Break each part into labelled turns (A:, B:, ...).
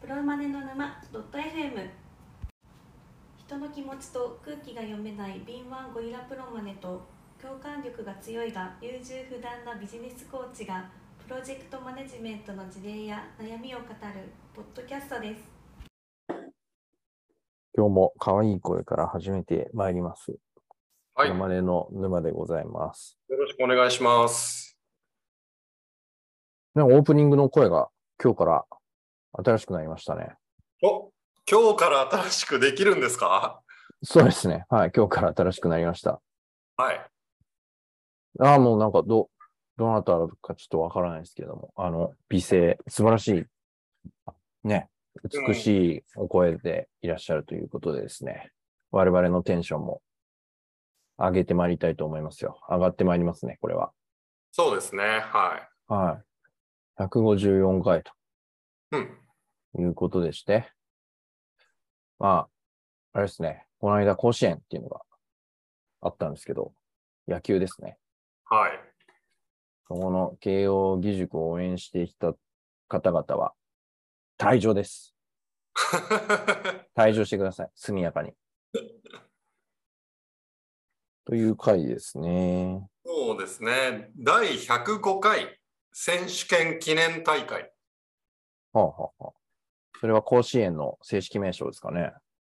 A: プロマネの沼ドット FM 人の気持ちと空気が読めない敏腕ゴリラプロマネと共感力が強いが優柔不断なビジネスコーチがプロジェクトマネジメントの事例や悩みを語るポッドキャストです
B: 今日も可愛い声から始めてまいります。
C: はい、よ
B: 山根の沼でございます。
C: ろしくお願いします。
B: なんかオープニングの声が今日から新しくなりましたね。
C: お、今日から新しくできるんですか
B: そうですね。はい。今日から新しくなりました。
C: はい。
B: ああ、もうなんかど、どなたかちょっとわからないですけども、あの、美声、素晴らしい、ね、美しいお声でいらっしゃるということでですね、我々のテンションも上げてまいりたいと思いますよ。上がってまいりますね、これは。
C: そうですね。は
B: はい。154回と。
C: い。うん。
B: いうことでして、まあ、あれですね、この間甲子園っていうのがあったんですけど、野球ですね。
C: はい。
B: そこの慶応義塾を応援してきた方々は、退場です。退場してください。速やかに。という回ですね。
C: そうですね。第105回選手権記念大会。
B: はあはあはあ、それは甲子園の正式名称ですかね。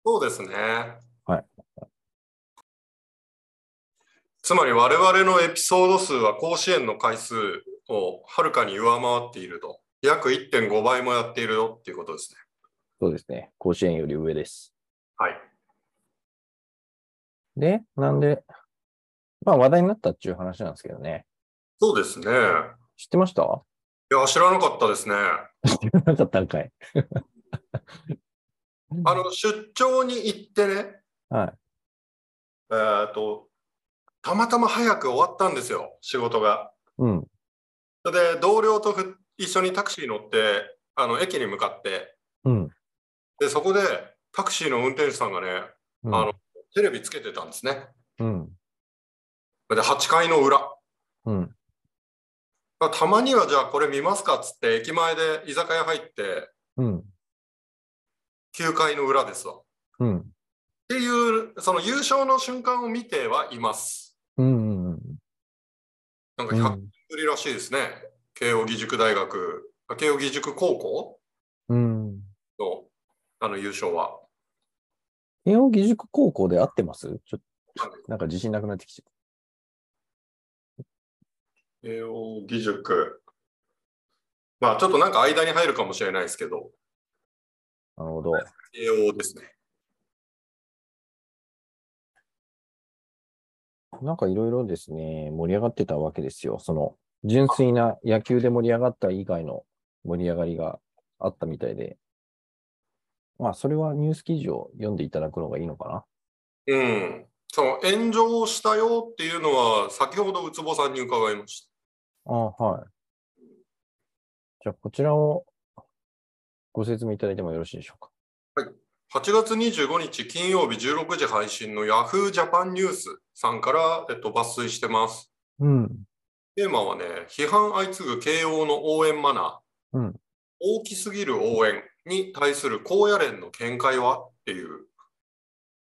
C: そうですね。
B: はい。
C: つまり我々のエピソード数は甲子園の回数をはるかに上回っていると。約1.5倍もやっているよっていうことですね。
B: そうですね。甲子園より上です。
C: はい。
B: で、なんで、まあ話題になったっていう話なんですけどね。
C: そうですね。い
B: 知ってました
C: や、知らなかったですね。
B: 知らなかったんかい。
C: あの出張に行ってね、
B: はい。
C: えー、とたまたま早く終わったんですよ、仕事が。
B: うん。
C: それで同僚とふ一緒にタクシー乗ってあの駅に向かって
B: うん。
C: で、そこでタクシーの運転手さんがね、
B: うん
C: あのテレビつけてたんですね。
B: うん。
C: で、8階の裏。
B: うん。
C: たまにはじゃあこれ見ますかっつって、駅前で居酒屋入って、
B: うん。
C: 9階の裏ですわ。っ
B: うん。
C: ていう、その優勝の瞬間を見てはいます。
B: うん。うん。
C: なんか
B: う
C: 100
B: ん。
C: ぶりらしいですね。慶応義塾大学、あ慶応義塾高校
B: うん。
C: のあの優勝は。
B: 慶応義塾高校で合ってますちょっと、なんか自信なくなってきちゃ
C: 慶応義塾。まあちょっとなんか間に入るかもしれないですけど、
B: う。なるほど。
C: 慶応ですね。
B: なんかいろいろですね、盛り上がってたわけですよ。その、純粋な野球で盛り上がった以外の盛り上がりがあったみたいで。まあ、それはニュース記事を読んでいただくのがいいのかな。
C: うん。その炎上をしたよっていうのは、先ほどウツボさんに伺いまし
B: あはい。じゃあ、こちらをご説明いただいてもよろしいでしょうか。
C: た。8月25日金曜日16時配信の Yahoo Japan ニュースさんから、えっと、抜粋してます。
B: うん。
C: テーマはね、批判相次ぐ慶応の応援マナー。
B: うん
C: 大きすぎる応援に対する高野連の見解はっていう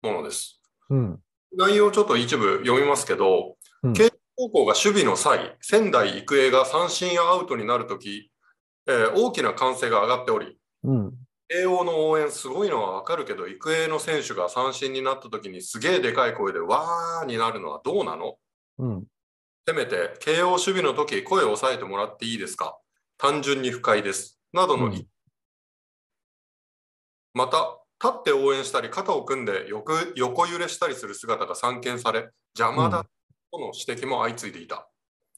C: ものです。
B: うん。
C: 内容をちょっと一部読みますけど、
B: うん
C: 慶応高校が守備の際、仙台育英が三振やアウトになるとき、えー大きな歓声が上がっており、
B: うん。
C: 慶応の応援すごいのはわかるけど、育英の選手が三振になったときにすげえでかい声でわーになるのはどうなの
B: うん。
C: せめて慶応守備の時声を抑えてもらっていいですか単純に不快です。などの、
B: うん
C: また、立って応援したり、肩を組んで横横揺れしたりする姿が散見され、邪魔だとの指摘も相次いでいた。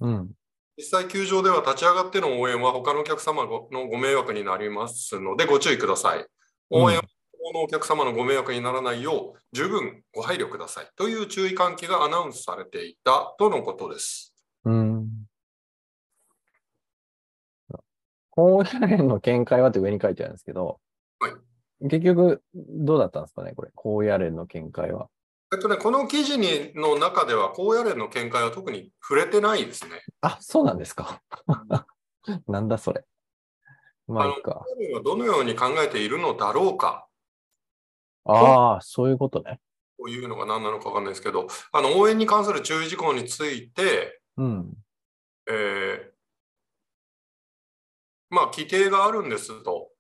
B: うん。
C: 実際、球場では立ち上がっての応援は他のお客様のご迷惑になりますので、ご注意ください。応援のお客様のご迷惑にならないよう、十分ご配慮くださいという注意喚起がアナウンスされていたとのことです。
B: うん。高野連の見解はって上に書いてあるんですけど、
C: はい
B: 結局、どうだったんですかね、これ。高野連の見解は。
C: えっとね、この記事にの中では、高野連の見解は特に触れてないですね。
B: あ、そうなんですか。なんだそれ。まあいいか。
C: 本人はどのように考えているのだろうか
B: ああ、そういうことね。
C: というのが何なのかわかんないですけど、あの応援に関する注意事項について、
B: うん。
C: えーまあ、規定があるんですと。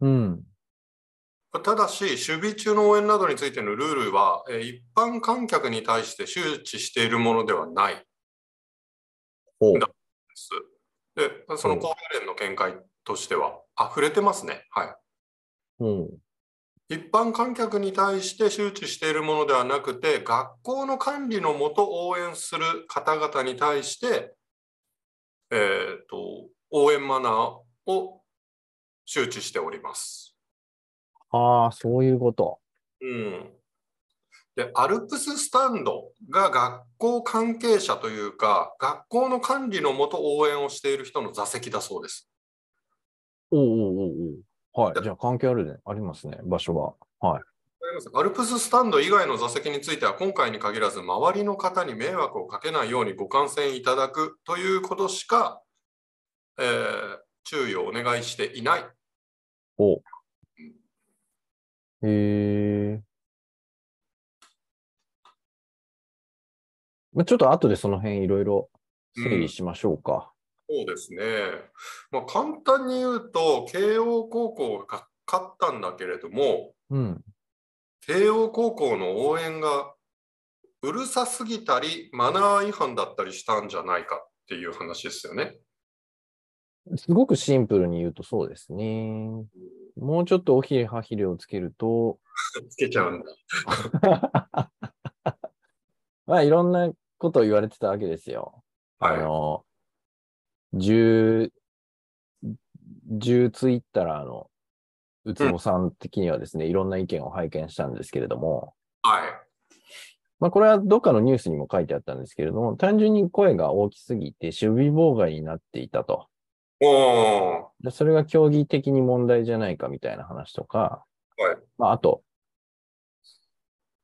B: うん。
C: ただし、守備中の応援などについてのルールは、えー一般観客に対して周知しているものではないで
B: ほう。
C: す。で、その高野連の見解としては、あ、触れてますね。はい。
B: うん。
C: 一般観客に対して周知しているものではなくて、学校の管理のもと応援する方々に対して、えーと、応援マナーを周知しております。
B: ああ、そういうこと。
C: うん。で、アルプススタンドが学校関係者というか、学校の管理のもと応援をしている人の座席だそうです。
B: おうおうおうおう。はい。じゃあ関係あるね。ありますね。場所は。はい。
C: わかりますアルプススタンド以外の座席については、今回に限らず、周りの方に迷惑をかけないようにご観戦いただくということしか、えー注意をお願いしていない。
B: おう。へえ。まあ、ちょっと後でその辺いろいろ整理しましょうか。
C: そうですね。まあ、簡単に言うと、慶応高校が勝ったんだけれども、
B: うん。
C: 慶応高校の応援がうるさすぎたり、マナー違反だったりしたんじゃないかっていう話ですよね。
B: すごくシンプルに言うとそうですね。もうちょっとおひれはひれをつけると、
C: つけちゃうんだ。
B: まあ、いろんなことを言われてたわけですよ。
C: はい
B: あの、10、10ツイッターの、うつぼさん的にはですね、いろんな意見を拝見したんですけれども、
C: はい。
B: まあ、これはどっかのニュースにも書いてあったんですけれども、単純に声が大きすぎて守備妨害になっていたと。
C: おー。
B: でそれが競技的に問題じゃないかみたいな話とか、
C: はい
B: まあ、あと、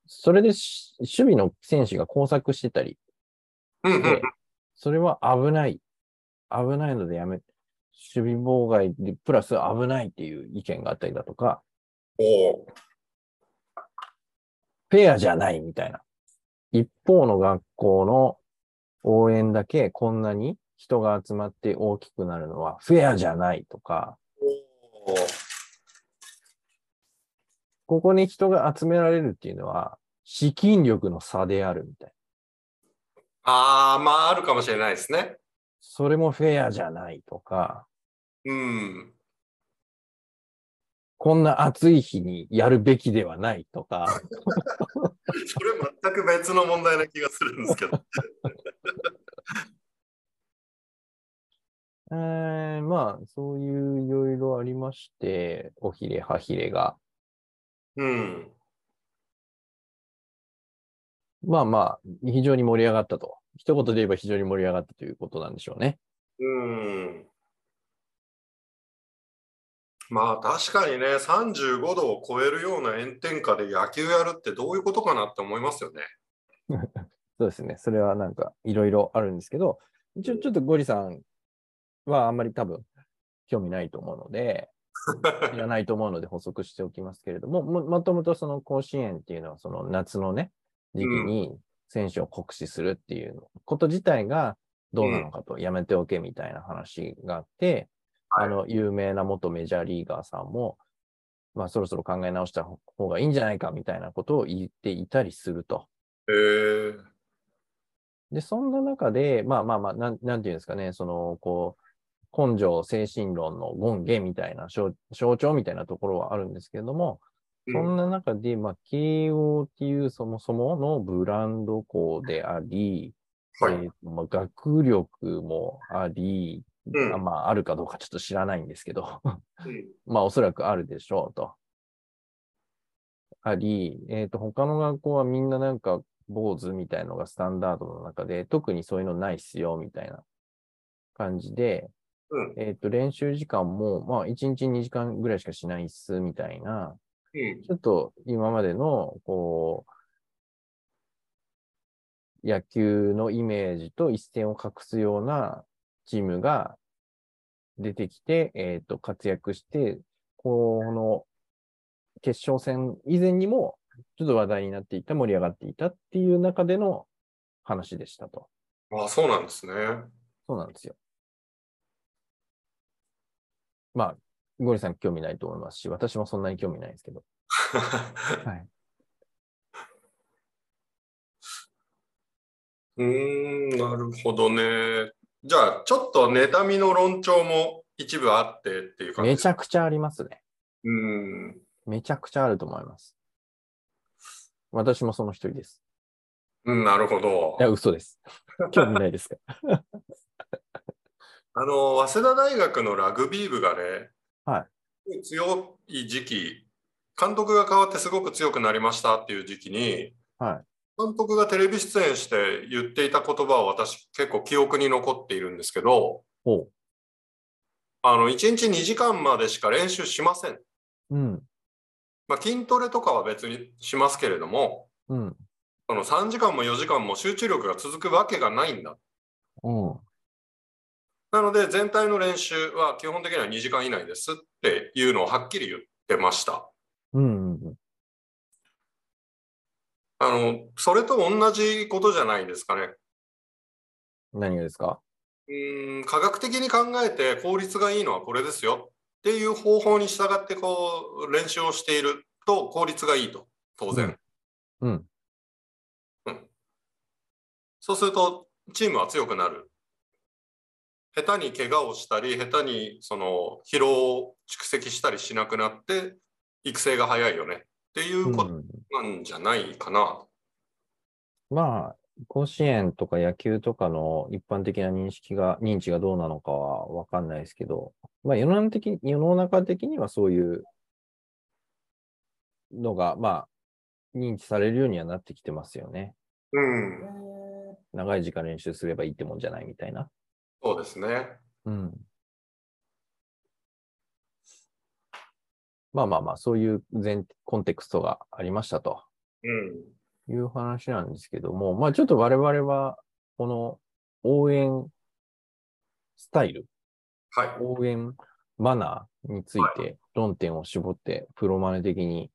B: それでし守備の選手が交錯してたり、
C: うんうんうん
B: で。、それは危ない。危ないのでやめ、守備妨害で、プラス危ないっていう意見があったりだとか、
C: おー。
B: フェアじゃないみたいな。一方の学校の応援だけこんなに人が集まって大きくなるのはフェアじゃないとか、
C: おー
B: ここに人が集められるっていうのは資金力の差であるみたいな。
C: ああ、まあ、あるかもしれないですね。
B: それもフェアじゃないとか、
C: うん。
B: こんな暑い日にやるべきではないとか、
C: それ全く別の問題な気がするんです けど。
B: えー、まあ、そういういろいろありまして、おひれはひれが。
C: うん。
B: まあまあ、非常に盛り上がったと。一言で言えば非常に盛り上がったということなんでしょうね。
C: うん。まあ、確かにね、35度を超えるような炎天下で野球やるってどういうことかなって思いま すよね。
B: そうですね。それはなんかいろいろあるんですけど、一応ちょっとゴリさんはあんまり多分興味ないと思うので、いらないと思うので補足しておきますけれども、ももともとその甲子園っていうのはその夏のね、時期に選手を酷使するっていうのこと自体がどうなのかと、やめておけみたいな話があって、
C: はい
B: あの、有名な元メジャーリーガーさんも、まあそろそろ考え直した方がいいんじゃないかみたいなことを言っていたりすると。
C: へえ。
B: で、そんな中で、まあまあまあ、なん、なんていうんですかね、その、こう、根性精神論の権下みたいな象、象徴みたいなところはあるんですけれども、そんな中で、まあ、慶応っていうそもそものブランド校であり、
C: はい。
B: えーとまあ、学力もあり、
C: うん
B: あまあ、あるかどうかちょっと知らないんですけど、
C: うん
B: まあ、おそらくあるでしょうと。あり、えっ、と、他の学校はみんななんか、坊主みたいのがスタンダードの中で、特にそういうのないっすよ、みたいな感じで、
C: うん。
B: えっ、と、練習時間も、まあ、1日2時間ぐらいしかしないっす、みたいな、
C: うん。
B: ちょっと今までの、こう、野球のイメージと一線を画すようなチームが出てきて、えっ、と、活躍して、この決勝戦以前にも、ちょっと話題になっていた、盛り上がっていたっていう中での話でしたと。
C: あ、そうなんですね。
B: そうなんですよ。まあ、ゴリさん興味ないと思いますし、私もそんなに興味ないんですけど。はい。
C: うーん、なるほどね。じゃあ、ちょっと妬みの論調も一部あってっていう感じ
B: めちゃくちゃありますね。
C: うん。
B: めちゃくちゃあると思います。私もその一人です。
C: うん、なるほど
B: い。や、嘘 です。興味ないですか。
C: あの、早稲田大学のラグビー部がね、
B: は
C: 強い時期、監督が変わってすごく強くなりましたっていう時期に、
B: は
C: 監督がテレビ出演して言っていた言葉を私結構記憶に残っているんですけど、
B: おう。
C: あの、1日2時間までしか練習しません。
B: うん。
C: まあ、筋トレとかは別にしますけれども、
B: うん。
C: その3時間も4時間も集中力が続くわけがないんだ。
B: うん。
C: なので全体の練習は基本的には2時間以内ですっていうのをはっきり言ってました。
B: うん。うん
C: あの、それと同じことじゃないですかね。
B: 何がですか
C: うーん、科学的に考えて効率がいいのはこれですよっていう方法に従ってこう練習をしていると効率がいいと、当然。
B: うん。
C: そうするとチームは強くなる。下手に怪我をしたり、下手にその疲労を蓄積したりしなくなって、育成が早いよねっていうこ
B: うん
C: となんじゃないかな。
B: まあ、甲子園とか野球とかの一般的な認識が、認知がどうなのかはわかんないですけど、まあ世の中的に、世の中的にはそういうのが、まあ、認知されるようにはなってきてますよね。
C: うん、
B: 長い時間練習すればいいってもんじゃないみたいな。
C: そうですね。
B: うん。まあまあまあ、そういう前、コンテクストがありましたと。
C: うん。
B: いう話なんですけども、まあちょっと我々は、この応援スタイル、
C: はい。
B: 応援マナーについて論点を絞って、プロマネ的に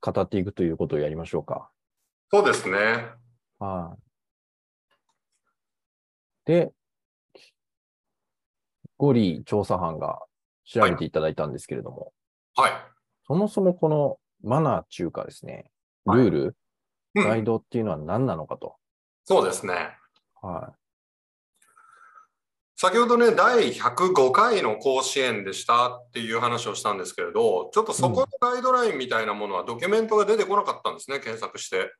B: 語っていくということをやりましょうか。
C: そうですね。
B: はい。で、ゴリ調査班が調べていただいたんですけれども、
C: はい。
B: そもそもこのマナー中華ですね、
C: はい
B: ルール、
C: うん
B: ガイドっていうのは何なのかと。
C: そうですね。
B: はい。
C: 先ほどね、第105回の甲子園でしたっていう話をしたんですけれど、ちょっとそこのガイドラインみたいなものはドキュメントが出てこなかったんですね、検索して。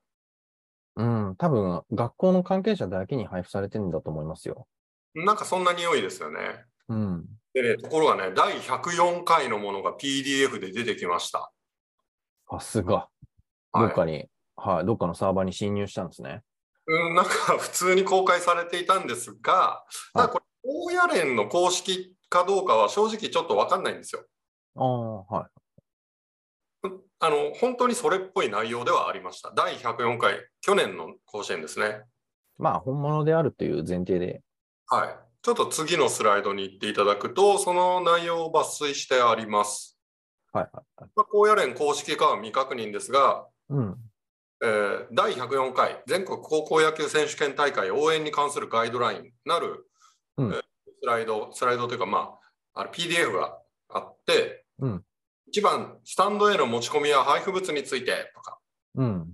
B: うん、多分、学校の関係者だけに配布されてるんだと思いますよ。
C: なんかそんな匂いですよね。
B: うん。
C: でね、ところがね、第104回のものが PDF で出てきました。
B: さすが。ど
C: は
B: っ
C: い
B: かに、はい、どっかのサーバーに侵入したんですね。
C: うん、なんか普通に公開されていたんですが、ただこれ、高野連の公式かどうかは正直ちょっとわかんないんですよ。
B: ああ、はい。
C: あの、本当にそれっぽい内容ではありました。第104回、去年の甲子園ですね。
B: まあ、本物であるという前提で。
C: はい。ちょっと次のスライドに行っていただくと、その内容を抜粋してあります。
B: はい、はいはい。
C: まあ、高野連公式化は未確認ですが、
B: うん。
C: えー第104回全国高校野球選手権大会応援に関するガイドラインなる、
B: うん
C: えースライド、スライドというか、まあ、あの PDF があって、
B: うん
C: 1番、スタンドへの持ち込みや配布物についてとか、
B: うん。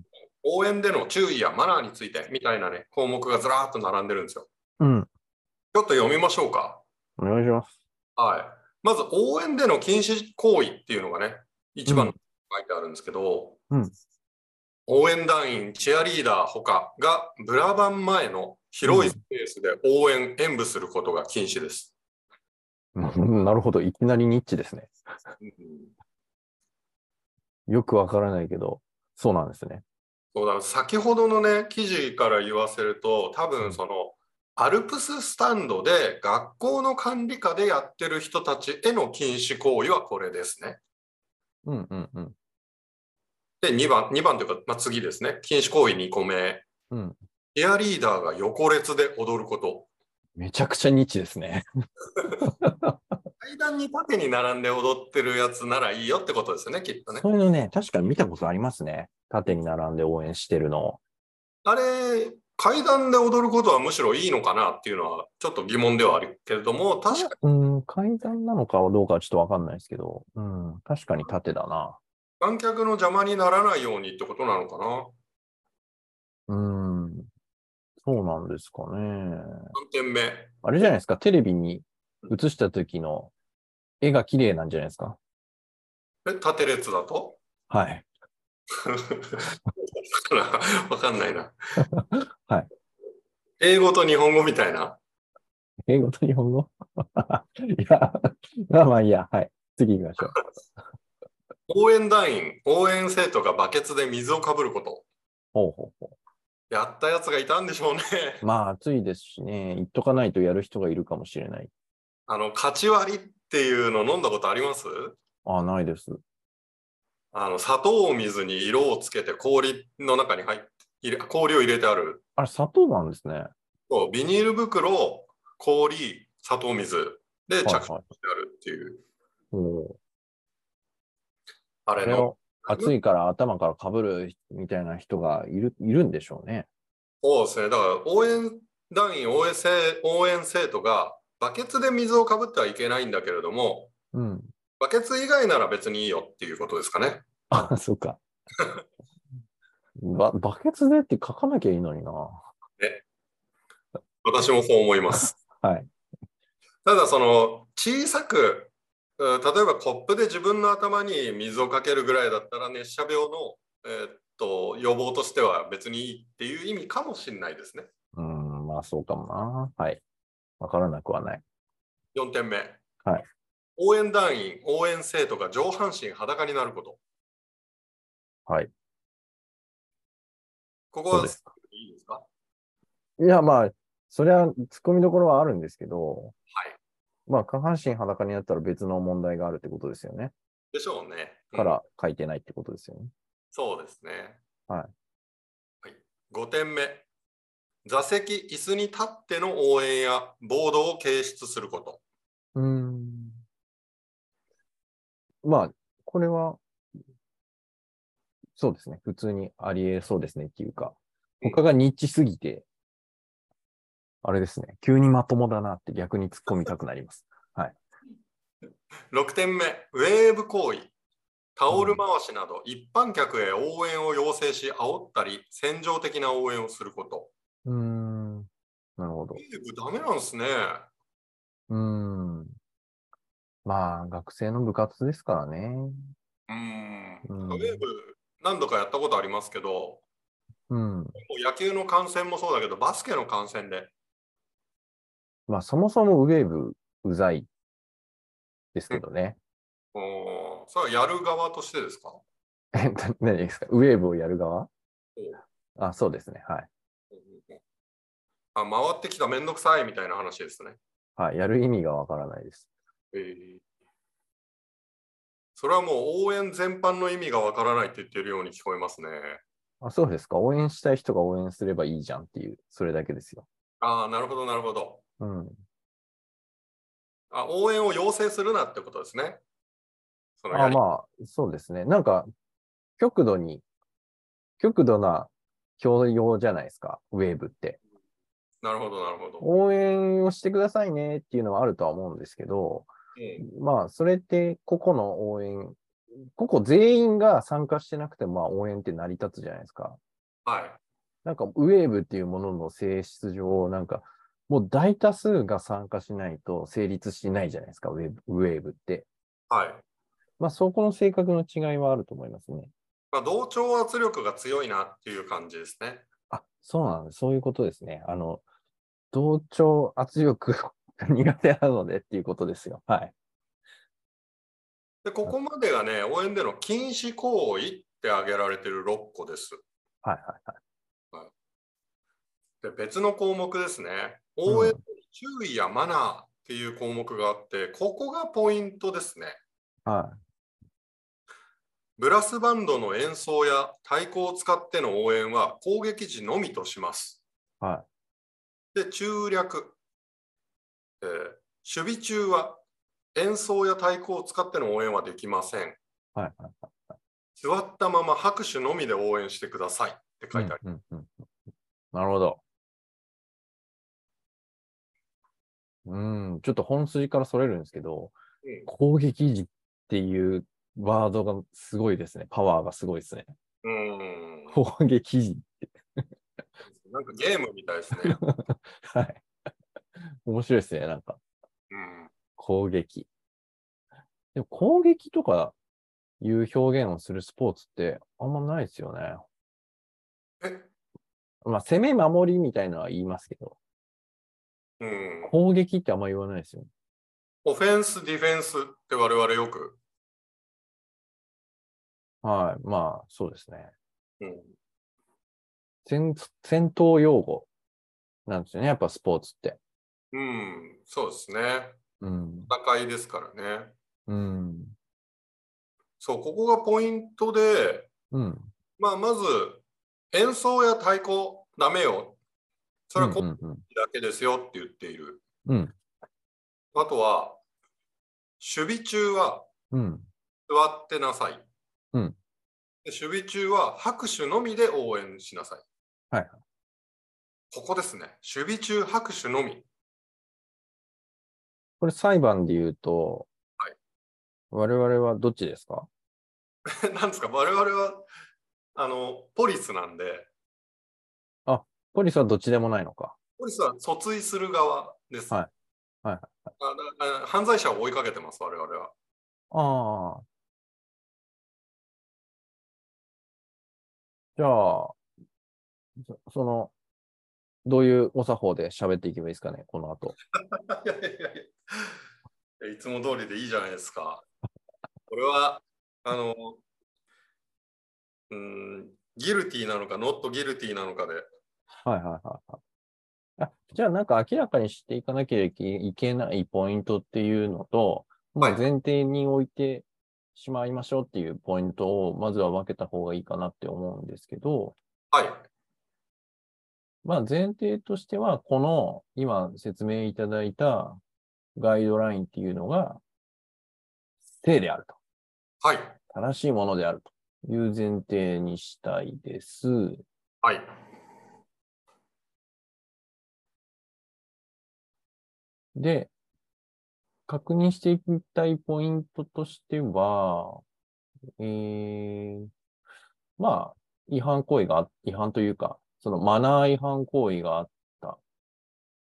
C: 応援での注意やマナーについてみたいなね、項目がずらーっと並んでるんですよ。
B: うん。
C: ちょっと読みましょうか。
B: お願いします。
C: はい。まず応援での禁止行為っていうのがね、一番の書いてあるんですけど、
B: うん
C: 応援団員、チアリーダーほかがブラバン前の広いスペースで応援、演舞することが禁止です。
B: うん なるほど。いきなりニッチですね。
C: うん
B: よくわからないけど、そうなんですね。
C: そうだ先ほどのね、記事から言わせると、多分その、アルプススタンドで学校の管理下でやってる人たちへの禁止行為はこれですね。
B: うん、うん、うん。
C: で、2番、2番というか、まあ、次ですね。禁止行為2個目。
B: うん。
C: エアリーダーが横列で踊ること。
B: めちゃくちゃニッチですね。
C: 階段に縦に並んで踊ってるやつならいいよってことですよね、きっとね。
B: そういうのね、確かに見たことありますね。縦に並んで応援してるのを。
C: あれ、階段で踊ることはむしろいいのかなっていうのは、ちょっと疑問ではあるけれども、確かに
B: うん、階段なのかどうかはちょっとわかんないですけど、うん、確かに縦だな。
C: 観客の邪魔にならないようにってことなのかな。
B: うん、そうなんですかね。
C: 3点目。
B: あれじゃないですか、テレビに映した時の絵が綺麗なんじゃないですか。
C: え、縦列だと
B: はい。
C: わかんないな。
B: はい。
C: 英語と日本語みたいな。
B: 英語と日本語 いや、まあまあいいや。はい。次行きましょう。
C: 応援団員、応援生徒がバケツで水をかぶること。
B: ほうほうほ
C: やったやつがいたんでしょうね。
B: う。まあ暑いですしね、言っとかないとやる人がいるかもしれない。
C: あの、勝ち割りっていうの飲んだことあります
B: ああ、ないです。
C: あの、砂糖水に色をつけて氷の中に入って、入れ氷を入れてある。
B: あれ、砂糖なんですね。は
C: そうビニール袋、氷、砂糖水で
B: い
C: 着
B: は
C: 色し
B: い。
C: てあるっていう、
B: おー
C: あ
B: あ
C: れ
B: れ
C: の
B: を暑いから頭からかぶるみたいな人がいるいるんでしょうね。
C: そうですね。だから応援団員、応援生応援生徒がバケツで水をかぶってはいけないんだけれども、
B: うん。
C: バケツ以外なら別にいいよっていうことですかね。
B: あ、そうか。ばバケツでって書かなきゃいいのにな。
C: 私もそう思 います。
B: はい。
C: ただその小さくうん例えばコップで自分の頭に水をかけるぐらいだったら熱射病の、えーっと予防としては別にいいっていう意味かもしれないですね。
B: うん、まあそうかもな。はい。わからなくはない。
C: 4点目、
B: はい
C: 応援団員応援生徒が上半身裸になること
B: はい
C: ここ
B: そう
C: は
B: です
C: いいですか
B: いや、まあ、そりゃ、突っ込みどころはあるんですけど、まあ、下半身裸になったら別の問題があるってことですよね。
C: でしょうね。
B: か
C: うん
B: ら書いてないってことですよね。
C: そうですね。。
B: はい
C: はい、5点目。座席、椅子に立っての応援やボードを掲出すること。
B: うん。まあ、これは、そうですね。普通にありえそうですねっていうか、
C: うん
B: 他がニッチすぎて、あれですね。急にまともだなって逆に突っ込みたくなります。
C: 6点目。ウェーブ行為。タオル回しなど、一般客へ応援を要請し、煽ったり、戦場的な応援をすること。
B: うん。なるほど
C: ウ。ェーブダメなんですね。
B: うん。まあ、学生の部活ですからね。
C: うん。
B: うん
C: ウェーブ何度かやったことありますけど、も
B: うん。
C: う野球の観戦もそうだけど、バスケの観戦で。
B: まあ、そもそもウェーブうざいですけどね。
C: うんそれはやる側としてですか
B: えっと何ですかウェーブをやる側
C: うん
B: あ、そうですね。はい。
C: あ回ってきためんどくさいみたいな話ですね。
B: はい。やる意味がわからないです。
C: それはもう応援全般の意味がわからないって言ってるように聞こえますね。
B: あ、そうですか。応援したい人が応援すればいいじゃんっていう、それだけですよ。
C: ああ、なるほど、なるほど
B: うん。
C: あ。応援を要請するなってことですね。そのや
B: あ
C: り
B: まあ、そうですね。なんか、極度に、極度な教養じゃないですか。ウェーブって。
C: なるほど、なるほど。
B: 応援をしてくださいねっていうのはあるとは思うんですけど、まあ、それって個々の応援、個々全員が参加してなくても、まあ、応援って成り立つじゃないですか。
C: はい。
B: なんか、ウェーブっていうものの性質上、なんか、もう大多数が参加しないと成立しないじゃないですか、ウェーブウェーブって。
C: はい。
B: まあ、そこの性格の違いはあると思いますね。
C: まあ、同調圧力が強いなっていう感じですね。
B: あ、そうなんです。そういうことですね。あの、同調圧力が苦手なのでっていうことですよ。はい。
C: で、ここまでがね、応援での禁止行為って挙げられてる6個です。
B: はいはいはい。
C: で別の項目ですね。
B: ん
C: 応援の注意やマナーっていう項目があって、ここがポイントですね。
B: は
C: ブラスバンドの演奏や太鼓を使っての応援は攻撃時のみとします。
B: は
C: で、中略。えー守備中は演奏や太鼓を使っての応援はできません。
B: はいはいは
C: 座ったまま拍手のみで応援してくださいって書いてある。
B: うんうんうんなるほど。うん、ちょっと本筋からそれるんですけど、
C: うん
B: 攻撃時っていうワードがすごいですね。パワーがすごいですね。
C: うん、
B: 攻撃時。
C: なんかゲームみたいですね。
B: はい。面白いですね。なんか、
C: うん、
B: 攻撃。でも攻撃とかいう表現をするスポーツってあんまないですよね。
C: え、
B: まあ、攻め守りみたいなのは言いますけど、
C: うん、
B: 攻撃ってあんま言わないですよね。
C: オフェンス、ディフェンスって我々よく、
B: はい。まあ、そうですね。
C: うん、
B: 戦戦闘用語なんですよね、やっぱスポーツって。
C: うん、そうですね。
B: うん。
C: 戦いですからね。
B: うん。
C: そう、ここがポイントで、
B: うん。
C: まあ、まず、演奏や太鼓、ダメよ。それはコ
B: う
C: ピー
B: んうん
C: だけですよって言っている。
B: うん。
C: あとは、守備中は
B: うん。
C: 座ってなさい。
B: うん
C: で守備中は拍手のみで応援しなさい。
B: はい。
C: ここですね。守備中、拍手のみ。
B: これ裁判で言うと、
C: はい
B: 我々はどっちですか
C: なんですか、我々は、あの、ポリスなんで、
B: ポリスはどっちでもないのか。
C: ポリスは訴追する側です。
B: はいはいはい
C: あだあ犯罪者を追いかけてます、我々は。
B: ああ。じゃあ、そその、どういうお作法で喋っていけばいいですかね、この後。
C: いやいやいやいやいつも通りでいいじゃないですか。これは、あの、うん、ギルティーなのか、ノットギルティーなのかで、
B: はいはいはいはい。あじゃあ、なんか明らかにしていかなければいけいけないポイントっていうのと、まあ、
C: はい
B: 前提に置いてしまいましょうっていうポイントを、まずは分けた方がいいかなって思うんですけど、
C: はい、
B: まあ、前提としては、この今説明いただいたガイドラインっていうのが、正であると。
C: はい、
B: 正しいものであるという前提にしたいです。
C: はい。
B: で、確認していきたいポイントとしては、えー、まあ、違反行為が、違反というか、そのマナー違反行為があった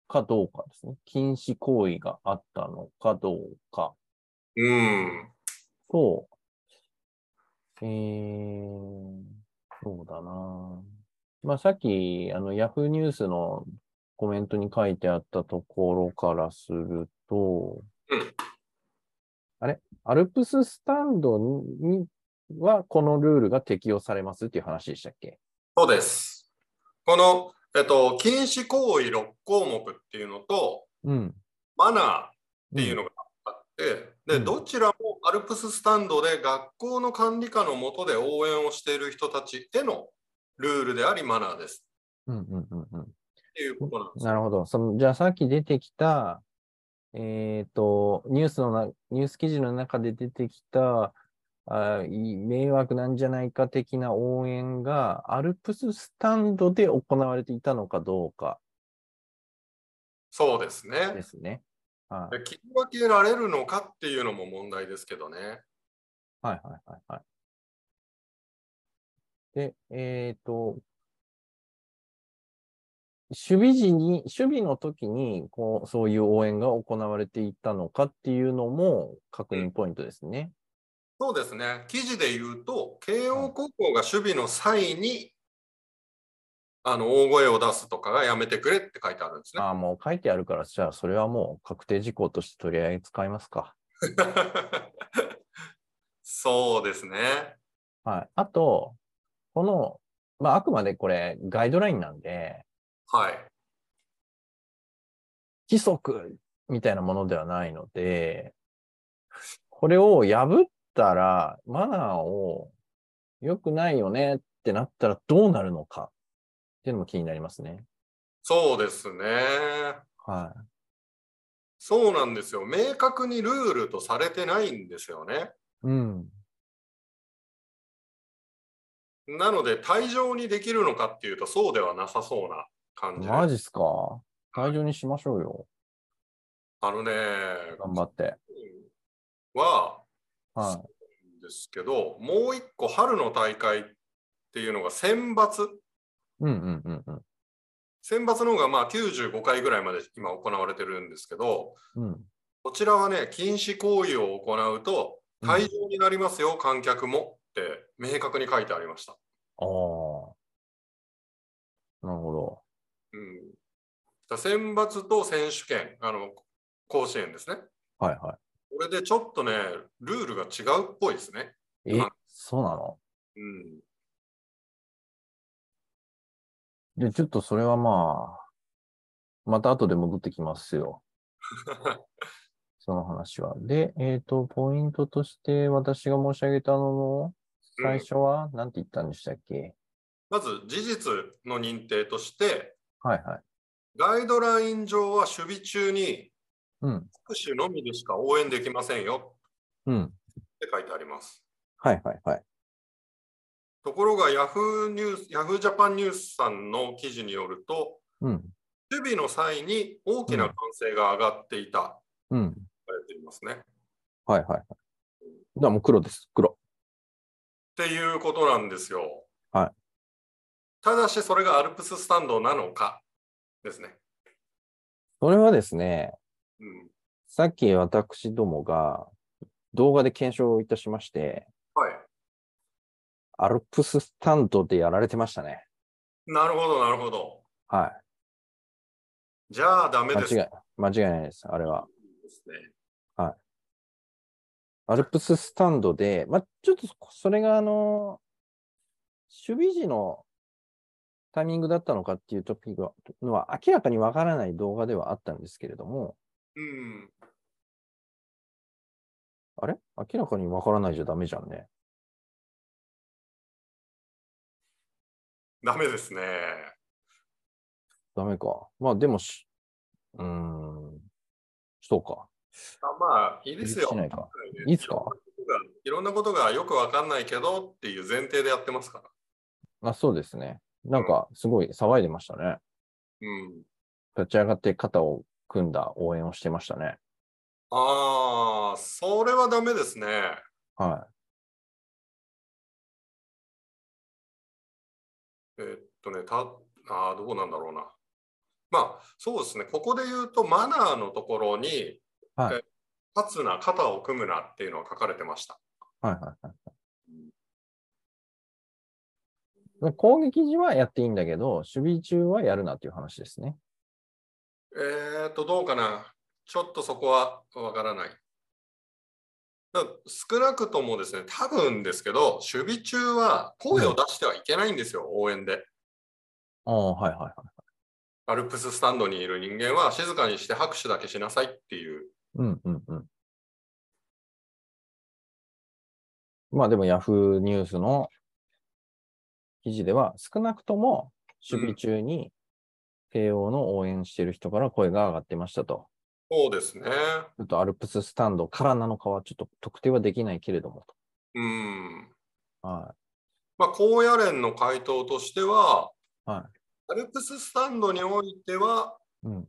B: かどうかですね。禁止行為があったのかどうか
C: うん、
B: と、えー、そうだな。まあ、さっき、あの、ヤフーニュースのコメントに書いてあったところからすると、
C: うん
B: あれアルプススタンドにはこのルールが適用されますっていう話でしたっけ
C: そうです。この、えっと、禁止行為6項目っていうのと、
B: うん。
C: マナーっていうのがあって、
B: う
C: で
B: ん
C: どちらもアルプススタンドで学校の管理下の下で応援をしている人たちへのルールでありマナーです
B: うんうんうんうん。
C: っていうことなんです。
B: なるほど。その、じゃあさっき出てきた、えっ、と、ニュースのな、ニュース記事の中で出てきた、あい迷惑なんじゃないか的な応援が、アルプススタンドで行われていたのかどうか
C: そうです
B: で
C: ね。
B: すね。は
C: で切り分けられるのかっていうのも問題ですけどね。
B: い、はい、はいはい、はい。で、えっ、と、守備時に、守備の時に、こう、そういう応援が行われていたのかっていうのも確認ポイントですね。
C: そうですね。記事で言うと、慶応高校が守備の際に、あの大声を出すとかがやめてくれって書いてあるんですね。
B: ああ、もう書いてあるから、じゃあそれはもう確定事項として取り上げ使いますか。
C: そうですね。
B: はい。あと、この、まあ、あくまでこれガイドラインなんで、
C: はい。
B: 規則みたいなものではないので、これを破ったら、マナーを良くないよねってなったらどうなるのかっていうのも気になりますね。
C: そうですね。
B: はい。
C: そうなんですよ。明確にルールとされてないんですよね。
B: うん。
C: なので、退場にできるのかっていうと、そうではなさそうな感じで
B: マジっすか。退場にしましょうよ。
C: あのね、
B: 頑張って。
C: は、
B: は
C: ですけど、もう一個、春の大会っていうのが選抜。
B: い。うんうんうんうん。
C: 選抜の方がまあ95回ぐらいまで今行われてるんですけど、
B: うん。
C: こちらはね、禁止行為を行うと、退場になりますよ、観客もって明確に書いてありました。
B: ああ。なるほど。
C: うん、だから選抜と選手権、あの甲子園ですね。
B: はいは
C: これでちょっとね、ルールが違うっぽいですね。
B: い。え
C: まあ、
B: そうなの
C: うん、
B: で、ちょっとそれはまあ、また後で戻ってきますよ。その話は。で、えっ、と、ポイントとして私が申し上げたのの、最初は何て言ったんでしたっけ、
C: まず、事実の認定として、
B: はいはい。
C: ガイドライン上は守備中に
B: うん。
C: 拍手のみでしか応援できませんよ
B: うん。
C: って書いてあります。
B: はいはいはい。
C: ところが Yahoo ニュース、Yahoo ジャパンニュースさんの記事によると、
B: うん。
C: 守備の際に大きな歓声が上がっていた、書
B: うん。
C: かれていますね。っ
B: はいはいはい。だからもう黒です。黒。
C: ていうことなんですよ。
B: はい
C: ただし、それがアルプススタンドなのかですね。
B: それはですね、
C: うん、
B: さっき私どもが動画で検証いたしまして、
C: はい。
B: アルプススタンドでやられてましたね。
C: なるほど、なるほど。
B: は
C: じゃあ、ダメ
B: い。
C: で
B: 間
C: す。
B: 違い、間違いないです。あれは。
C: ですね。
B: アルプススタンドで、まあ、ちょっとそそれがあの、守備時のタイミングだったのかっていうトピックはのは明らかにわからない動画ではあったんですけれども、
C: うん。
B: あれ明らかにわからないじゃダメじゃんね。
C: ダメですね。
B: ダメか。まあでもし、うーん、そうか。
C: あまあ、いいですよ
B: し。ないか。
C: はい
B: いいっすか
C: いろんなことがよくわかんないけどっていう前提でやってますから。
B: あ、そうですね。なんか、すごい騒いでましたね。
C: うん。
B: 立ち上がって肩を組んだ応援をしてましたね。
C: ああ、それはダメですね。
B: は
C: えっとね、たあーどうなんだろうな。まあ、そうですね、ここで言うと、マナーのところに、
B: はい
C: え立つな、肩を組むなっていうのは書かれてました。
B: い。はいはいはいはい。攻撃時はやっていいんだけど、守備中はやるなっていう話ですね。
C: えっと、どうかな。ちょっとそこはわからない。だ少なくともですね、多分ですけど、守備中は声を出してはいけないんですよ、応援で。
B: ああ、はいはいはい。
C: アルプススタンドにいる人間は静かにして拍手だけしなさいっていう。
B: うんうんうん。まあでも Yahoo ニュースの記事では少なくとも守備中に慶応の応援してる人から声が上がってましたと。
C: そうですね。
B: ちょっとアルプススタンドからなのかはちょっと特定はできないけれどもと。
C: うん。
B: は
C: まあ、高野連の回答としては、
B: は
C: アルプススタンドにおいては、
B: い。うん。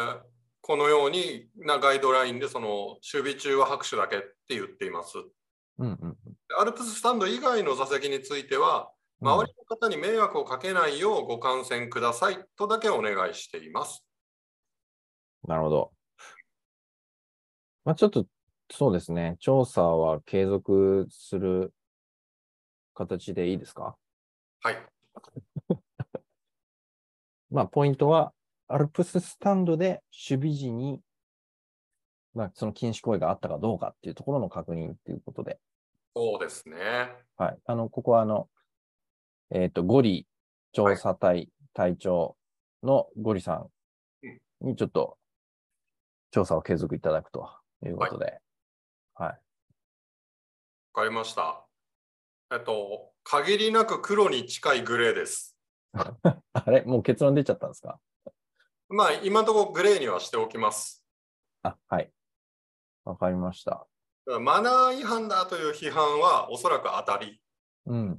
C: えーこのようになガイドラインでその守備中は拍手だけって言っています。
B: うんうん。
C: アルプススタンド以外の座席については、周りの方に迷惑をかけないようご観戦くださいとだけお願いしています。
B: なるほど。まあちょっと、そうですね。調査は継続する形でいいですか
C: はい。
B: まあ、ポイントは、アルプススタンドで守備時に、まあ、その禁止行為があったかどうかっていうところの確認ということで、
C: そうですね。
B: はい。あの、ここは、あの、えっ、と、ゴリ調査隊隊長のゴリさんにちょっと調査を継続いただくということで、
C: わかりました。えっと、限りなく黒に近いグレーです。
B: あれもう結論出ちゃったんですか
C: まあ、今のところグレーにはしておきます。
B: あ、はい。わかりました。
C: だからマナー違反だという批判はおそらく当たり。
B: うん。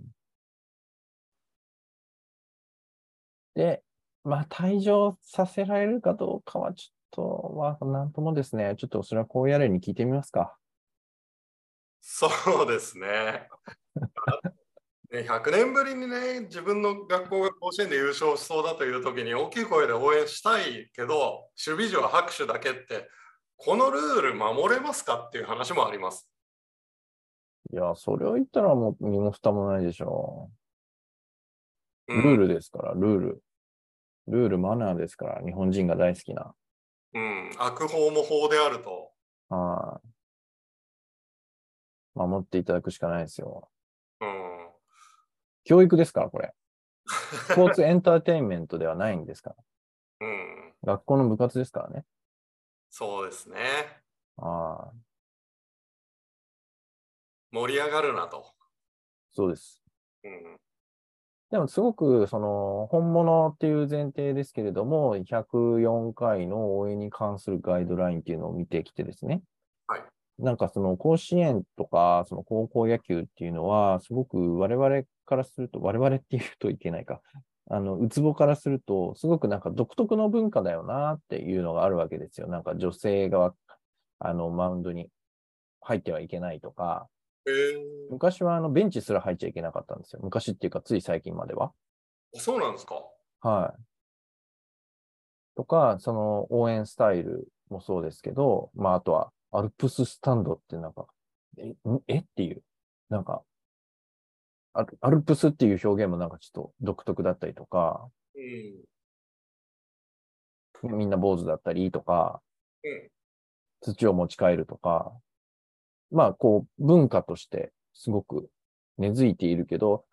B: で、まあ、退場させられるかどうかはちょっと、まあ、なんともですね、ちょっとそれはこうやれに聞いてみますか。
C: そうですね。 ね100年ぶりにね、自分の学校が甲子園で優勝しそうだという時に大きい声で応援したいけど、守備陣は拍手だけって、このルール守れますかっていう話もあります。
B: いや、それを言ったらもう身も蓋もないでしょ
C: う
B: う。
C: ん
B: ルールですから、ルール。ルール、マナーですから、日本人が大好きな。
C: うん、悪法も法であると。
B: はい。守っていただくしかないですよ。
C: うん、
B: 教育ですから、これ。スポーツエンターテインメントではないんですから。
C: うん、
B: 学校の部活ですからね。
C: そうですね。
B: はい。
C: 盛り上がるなと。
B: そうです。
C: うん、
B: でもすごく、その、本物っていう前提ですけれども、104回の応援に関するガイドラインっていうのを見てきてですね。
C: はい。
B: なんかその甲子園とか、その高校野球っていうのは、すごく我々からすると、我々っていうといけないか、あの、うつぼからすると、すごくなんか独特の文化だよなっていうのがあるわけですよ。なんか女性が、あの、マウンドに入ってはいけないとか、
C: え
B: 昔はあの、ベンチすら入っちゃいけなかったんですよ。昔っていうか、つい最近までは。
C: ーそうなんですか。
B: はい。とか、その応援スタイルもそうですけど、まあ、あとはアルプススタンドってなんか、え、んえっていう、なんか、アルアルプスっていう表現もなんかちょっと独特だったりとか、
C: うん
B: みんな坊主だったりとか、
C: うん
B: 土を持ち帰るとか、まあこう文化としてすごく根付いているけど、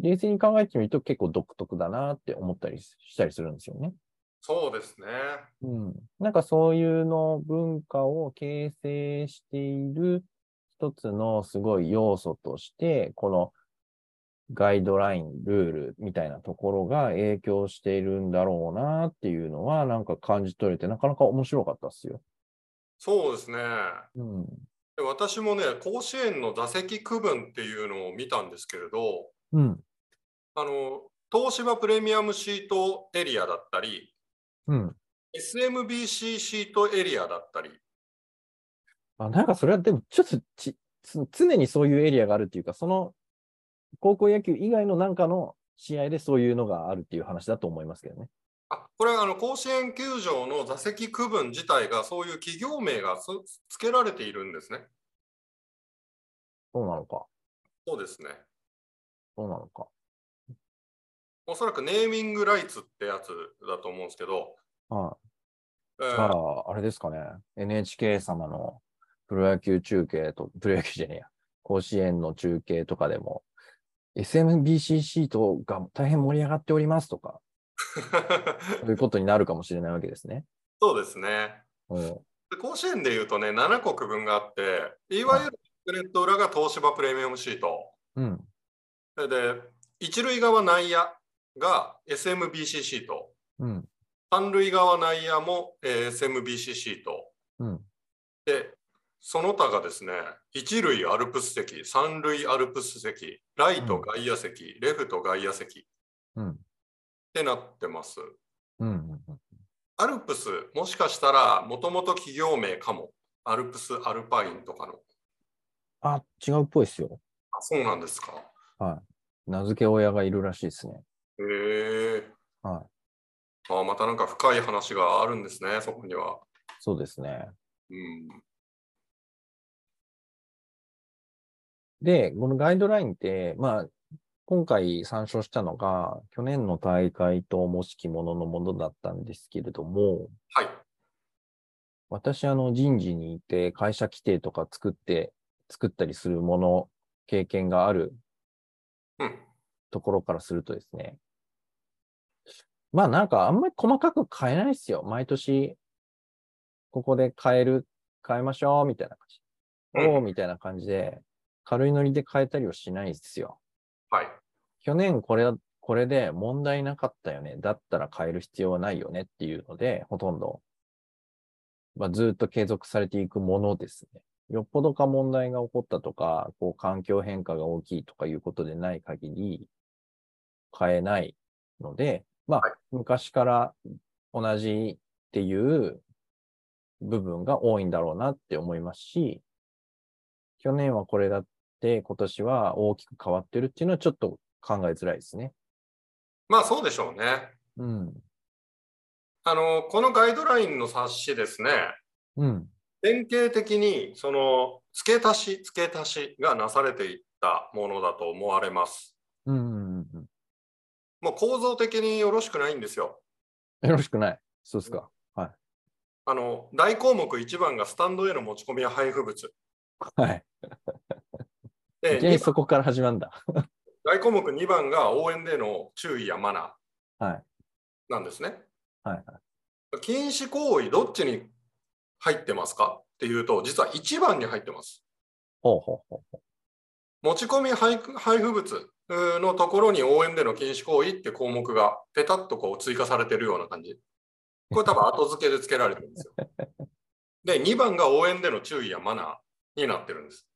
B: 冷静に考えてみると結構独特だなって思ったりしたりするんですよね。
C: そうですね。
B: うん、なんかそういうの文化を形成している一つのすごい要素として、このガイドライン、ルールみたいなところが影響しているんだろうなっていうのはなんか感じ取れてなかなか面白かったっすよ。
C: そうですね。
B: うん。
C: で私もね、甲子園の座席区分っていうのを見たんですけれど、
B: うん。
C: あの東芝プレミアムシートエリアだったり、
B: うん。
C: SMBC シートエリアだったり、
B: あ、なんかそれはでもちょっとち、つ常にそういうエリアがあるっていうか、その高校野球以外のなんかの試合でそういうのがあるっていう話だと思いますけどね。
C: あこれはあの甲子園球場の座席区分自体がそういう企業名がつつけられているんですね。
B: そうなのか。
C: そうですね。
B: そうなのか。
C: おそらくネーミングライツってやつだと思うんですけど、
B: はい。
C: えー
B: じゃあ、あれですかね、NHK 様のプロ野球中継と、プロ野球じゃねえや、甲子園の中継とかでも、SMBC シートが大変盛り上がっておりますとか、そういうことになるかもしれないわけですね。
C: そうですね。
B: うん、
C: で甲子園でいうとね、7個区分があって、いわゆるネット裏が東芝プレミアムシート、
B: うん、
C: でで一塁側内野が SMBC シート、
B: うん、
C: 三塁側内野もえー SMBC シート、
B: うん。
C: で、その他がですね、一塁アルプス席、三塁アルプス席、ライ
B: う
C: ト
B: ん
C: 外野席、レフト外野席っ
B: うん、
C: てなってます。
B: うん、うん
C: アルプス、もしかしたらもともと企業名かも。アルプスアルパインとかの。
B: あ、違うっぽいですよ。
C: あそうなんですか。
B: 名付け親がいるらしいですね。
C: へえ。。
B: はい
C: あまたなんか深い話があるんですね、そこには。
B: そうですね。
C: うん。
B: で、このガイドラインって、まあ、今回参照したのが、去年の大会ともしきもののものだったんですけれども、
C: はい。
B: 私、あの、人事にいて、会社規定とか作って、作ったりするもの、経験がある
C: うん。
B: ところからするとですね。まあ、なんか、あんまり細かく変えないですよ。毎年、ここで変える、変えましょう、みたいな感じ。
C: うん
B: おーみたいな感じで、軽いノリで変えたりはしないですよ。
C: はい。
B: 去年これ、これで問題なかったよね。だったら変える必要はないよねっていうので、ほとんどまあ、ずっと継続されていくものですね。よっぽどか問題が起こったとか、こう環境変化が大きいとかいうことでない限り、変えないので、まあ、
C: はい
B: 昔から同じっていう部分が多いんだろうなって思いますし、去年はこれだって、今年は大きく変わってるっていうのはちょっと考えづらいですね。
C: まあそうでしょうね。
B: うん。
C: あの、このガイドラインの冊子ですね、
B: うん。
C: 典型的にその付け足し、付け足しがなされていったものだと思われます。
B: うん。うん
C: もう構造的によろしくないんですよ。
B: よろしくない。そうですか。
C: あの、大項目1番がスタンドへの持ち込みや配布物。
B: はい。い
C: で、
B: きなり
C: 2
B: そこから始まるんだ。
C: 大項目2番が応援での注意やマナー。
B: はい
C: なんですね。
B: はいはい
C: 禁止行為どっちに入ってますかっていうと、実は1番に入ってます。
B: ほうほうほう。
C: 持ち込み配布配布物のところに応援での禁止行為って項目がペタッとこう追加されてるような感じ。これ多分後付けで付けられてるんですよ。 で、2番が応援での注意やマナーになってるんです。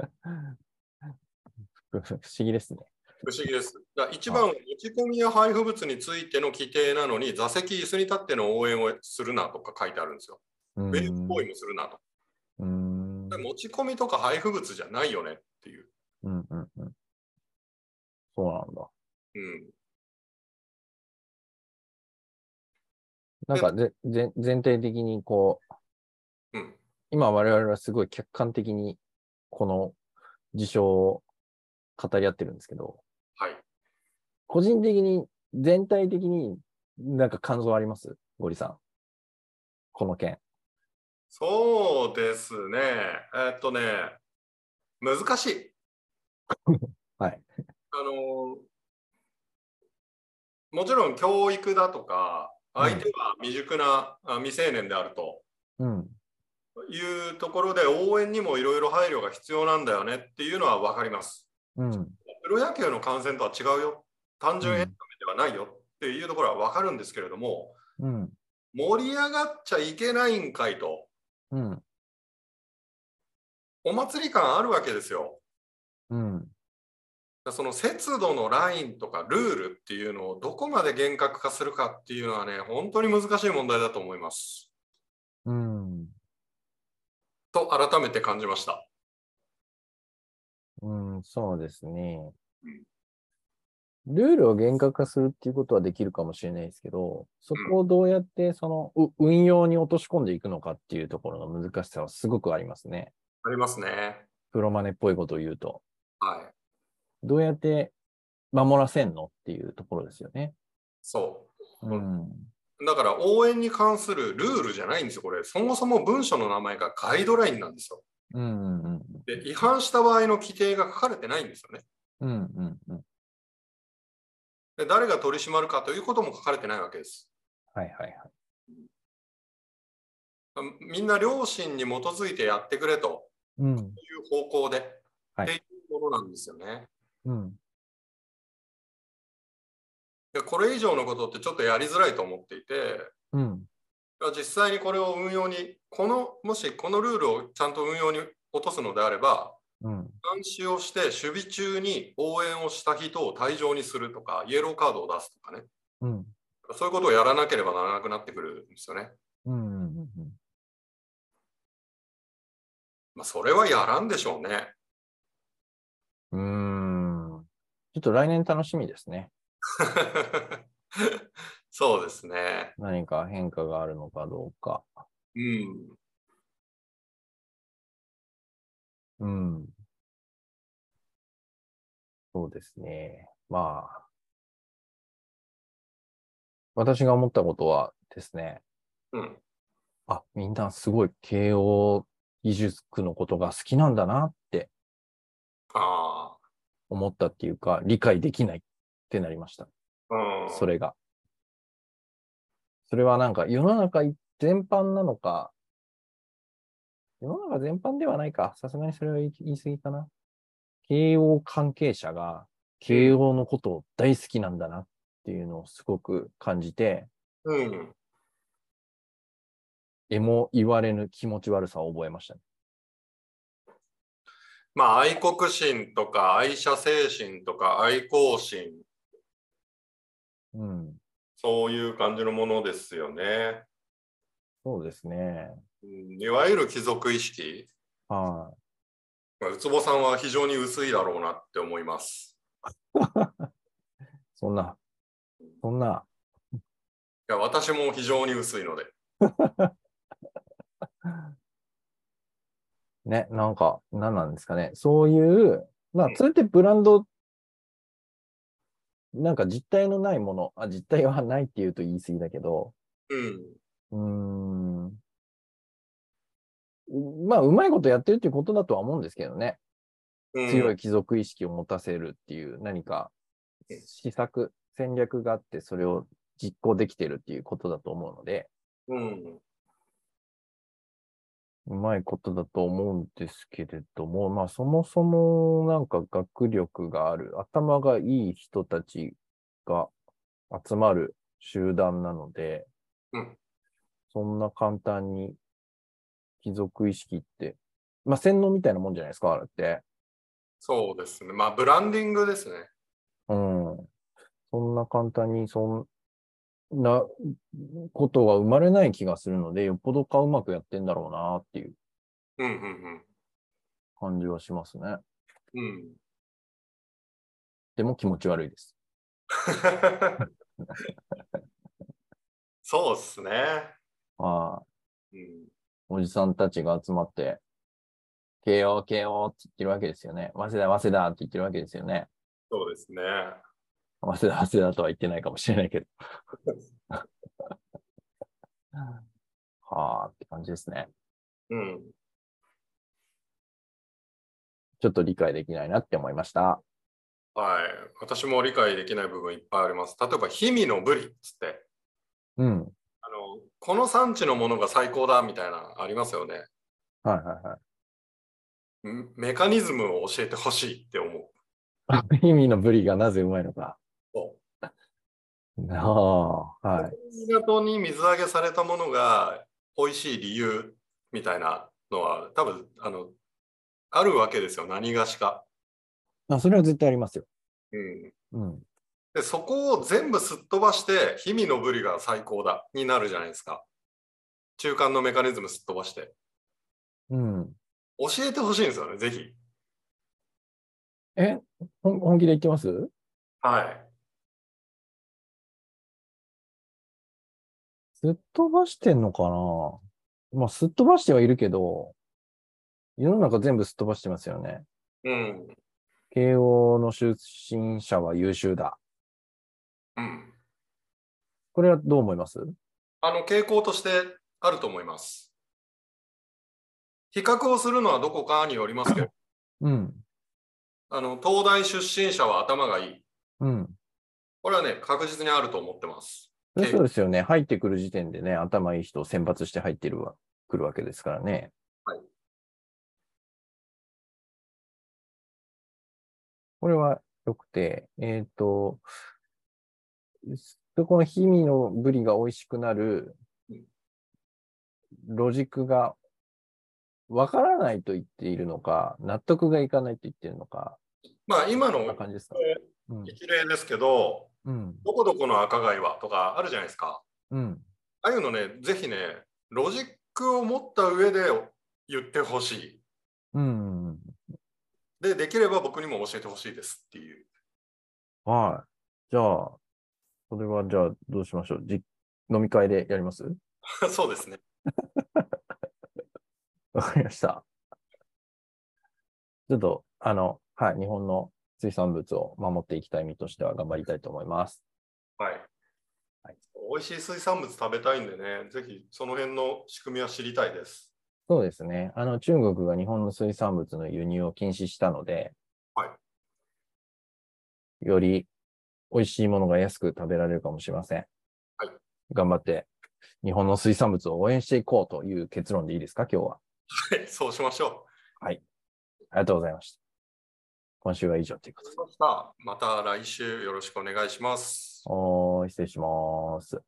B: 不思議ですね。
C: 不思議です。だ1番は持ち込みや配布物についての規定なのに、座席、椅子に立っての応援をするなとか書いてあるんですよ。
B: う
C: ウェル
B: ん
C: 行為もするなと。
B: うん。
C: で持ち込みとか配布物じゃないよねっていう。
B: うんうんうん。そうなんだ。
C: うん、
B: なんかぜ、ぜ、全体的にこう、
C: うん
B: 今我々はすごい客観的にこの事象を語り合ってるんですけど、
C: はい。
B: 個人的に、全体的になんか感想ありますゴリさん。この件。
C: そうですね。えーっとね、難しい。
B: はい。
C: あの、もちろん教育だとか、
B: うん
C: 相手は未熟な、あ未成年であると
B: うん。
C: いうところで、応援にもいろいろ配慮が必要なんだよねっていうのは分かります。
B: うん。
C: プロ野球の観戦とは違うよ。単純エンタメではないよっていうところは分かるんですけれども、
B: うん。
C: 盛り上がっちゃいけないんかいと、
B: うん。
C: お祭り感あるわけですよ。
B: うん。
C: その節度のラインとかルールっていうのをどこまで厳格化するかっていうのはね、本当に難しい問題だと思います。
B: うん。
C: と改めて感じました。
B: うん、そうですね
C: うん。
B: ルールを厳格化するっていうことはできるかもしれないですけど、そこをどうやってそのう運用に落とし込んでいくのかっていうところの難しさはすごくありますね。
C: ありますね。
B: プロマネっぽいことを言うと。
C: はい。
B: どうやって守らせんのっていうところですよね。
C: そ
B: うん。
C: う。だから応援に関するルールじゃないんですよ、これ。そもそも文書の名前がガイドラインなんですよ。
B: うんうん
C: で、違反した場合の規定が書かれてないんですよね。
B: うん。うんうんうん。
C: で、誰が取り締まるかということも書かれてないわけです。
B: はいはいはい。
C: みんな良心に基づいてやってくれと
B: うん。
C: いう方向で、
B: はい
C: っていうものなんですよね。
B: うん。
C: でこれ以上のことってちょっとやりづらいと思っていて
B: うん。
C: 実際にこれを運用にこのもしこのルールをちゃんと運用に落とすのであれば
B: うん。
C: 監視をして守備中に応援をした人を退場にするとかイエローカードを出すとかね
B: うん。
C: そういうことをやらなければならなくなってくるんですよね。
B: うん。うん。
C: まあ、それはやらんでしょうね。
B: うん。うんちょっと来年楽しみですね。
C: そうですね。
B: 何か変化があるのかどうか。
C: うん。
B: うん。そうですね。まあ。私が思ったことはですね。
C: うん。
B: あ、みんなすごい慶応義塾のことが好きなんだなって
C: あ
B: 思ったっていうか、理解できないってなりました。
C: あ。うん。
B: そ。れが。それはなんか世の中全般なのか、世の中全般ではないか。さすがにそれは言い言い過ぎかな。慶応関係者が慶応のことを大好きなんだなっていうのをすごく感じて、
C: うん。
B: えも言われぬ気持ち悪さを覚えましたね。
C: まあ、愛国心とか愛社精神とか愛好心、
B: うん。
C: そういう感じのものですよね。
B: そうですね。
C: うんいわゆる貴族意識、
B: は
C: まあ、ウツボさんは非常に薄いだろうなって思います。
B: い。そんな、そんな、
C: いや私も非常に薄いので。
B: ね、なんか、何なんですかね。そういう、まあ
C: うん、
B: それってブランド、なんか実体のないもの、あ、実体はないっていうと言い過ぎだけど、
C: う
B: うー
C: ん。
B: ん。うまあ、うまいことやってるっていうことだとは思うんですけどね。
C: うん
B: 強い貴族意識を持たせるっていう、何か施策、戦略があって、それを実行できてるっていうことだと思うので、
C: うん。
B: うまいことだと思うんですけれども、まあそもそもなんか学力がある、頭がいい人たちが集まる集団なので、
C: うん
B: そんな簡単に貴族意識って、まあ洗脳みたいなもんじゃないですか、あれって。
C: そうですね。まあ、ブランディングですね。
B: うん。そんな簡単にそんなことは生まれない気がするので、よっぽどかうまくやってんだろうなっていう
C: うんうん
B: 感じはしますね。
C: うん。うん。
B: でも気持ち悪いです。
C: そうですね。
B: ああ、
C: うん
B: おじさんたちが集まって、慶応、慶応って言ってるわけですよね。早稲田、早稲田って言ってるわけですよね。
C: そうですね。
B: 早稲田、早稲田とは言ってないかもしれないけど。はあって感じですね。
C: うん。
B: ちょっと理解できないなって思いました。
C: はい。私も理解できない部分いっぱいあります。例えば、氷見のブリっつって、
B: うん。
C: あの、この産地のものが最高だみたいな、ありますよね。
B: はいはいはい
C: んメカニズムを教えてほしいって思う。
B: あ。意味のブリがなぜうまいのか。
C: そ
B: なあ、はい。
C: 港に水揚げされたものが美味しい理由みたいなのは、多分、あの、あるわけですよ。何がしか。
B: あ、それは絶対ありますよ。
C: うん。
B: うん。
C: でそこを全部すっ飛ばして、氷見のブリが最高だになるじゃないですか。中間のメカニズムすっ飛ばして。
B: うん。
C: 教えてほしいんですよね、ぜひ。
B: え、ほん本気で言ってます
C: はい。
B: すっ飛ばしてんのかなまあ、すっ飛ばしてはいるけど、世の中全部すっ飛ばしてますよね。
C: うん。
B: 慶応の出身者は優秀だ。
C: うん。
B: これはどう思います
C: あの、傾向としてあると思います。比較をするのはどこかによりますけど、
B: うん、
C: あの、東大出身者は頭がいい。
B: うん。
C: これはね、確実にあると思ってます。
B: そりゃそうですよね。入ってくる時点でね、頭いい人を選抜して入ってるわ、来るわけですからね。
C: はい。
B: これは良くて、えっ、と、そこの氷見のブリが美味しくなるロジックがわからないと言っているのか、納得がいかないと言っているのか、
C: まあ、今
B: こんな
C: の
B: 感じですか。うん、
C: 一例ですけど、
B: うん、
C: どこどこの赤貝はとかあるじゃないですか。
B: うん。
C: ああいうのね、ぜひね、ロジックを持った上で言ってほしい。
B: うんうん、
C: で、できれば僕にも教えてほしいですっていう。
B: はい。じゃあ、それはじゃあどうしましょう。じ飲み会でやります
C: そうですね。
B: わかりました。ちょっと、あの、はい、日本の水産物を守っていきたい身としては頑張りたいと思います。
C: はい。
B: はい
C: 美味しい水産物食べたいんでね、ぜひその辺の仕組みは知りたいです。
B: そうですね。あの、中国が日本の水産物の輸入を禁止したので、。
C: はい
B: より美味しいものが安く食べられるかもしれません。
C: はい。
B: 頑張って、日本の水産物を応援していこうという結論でいいですか、今日は。
C: はいそうしましょ
B: ありがとうございました。今週は以上ということで。
C: う。さあまた来週よろしくお願いします。
B: おーい、失礼します。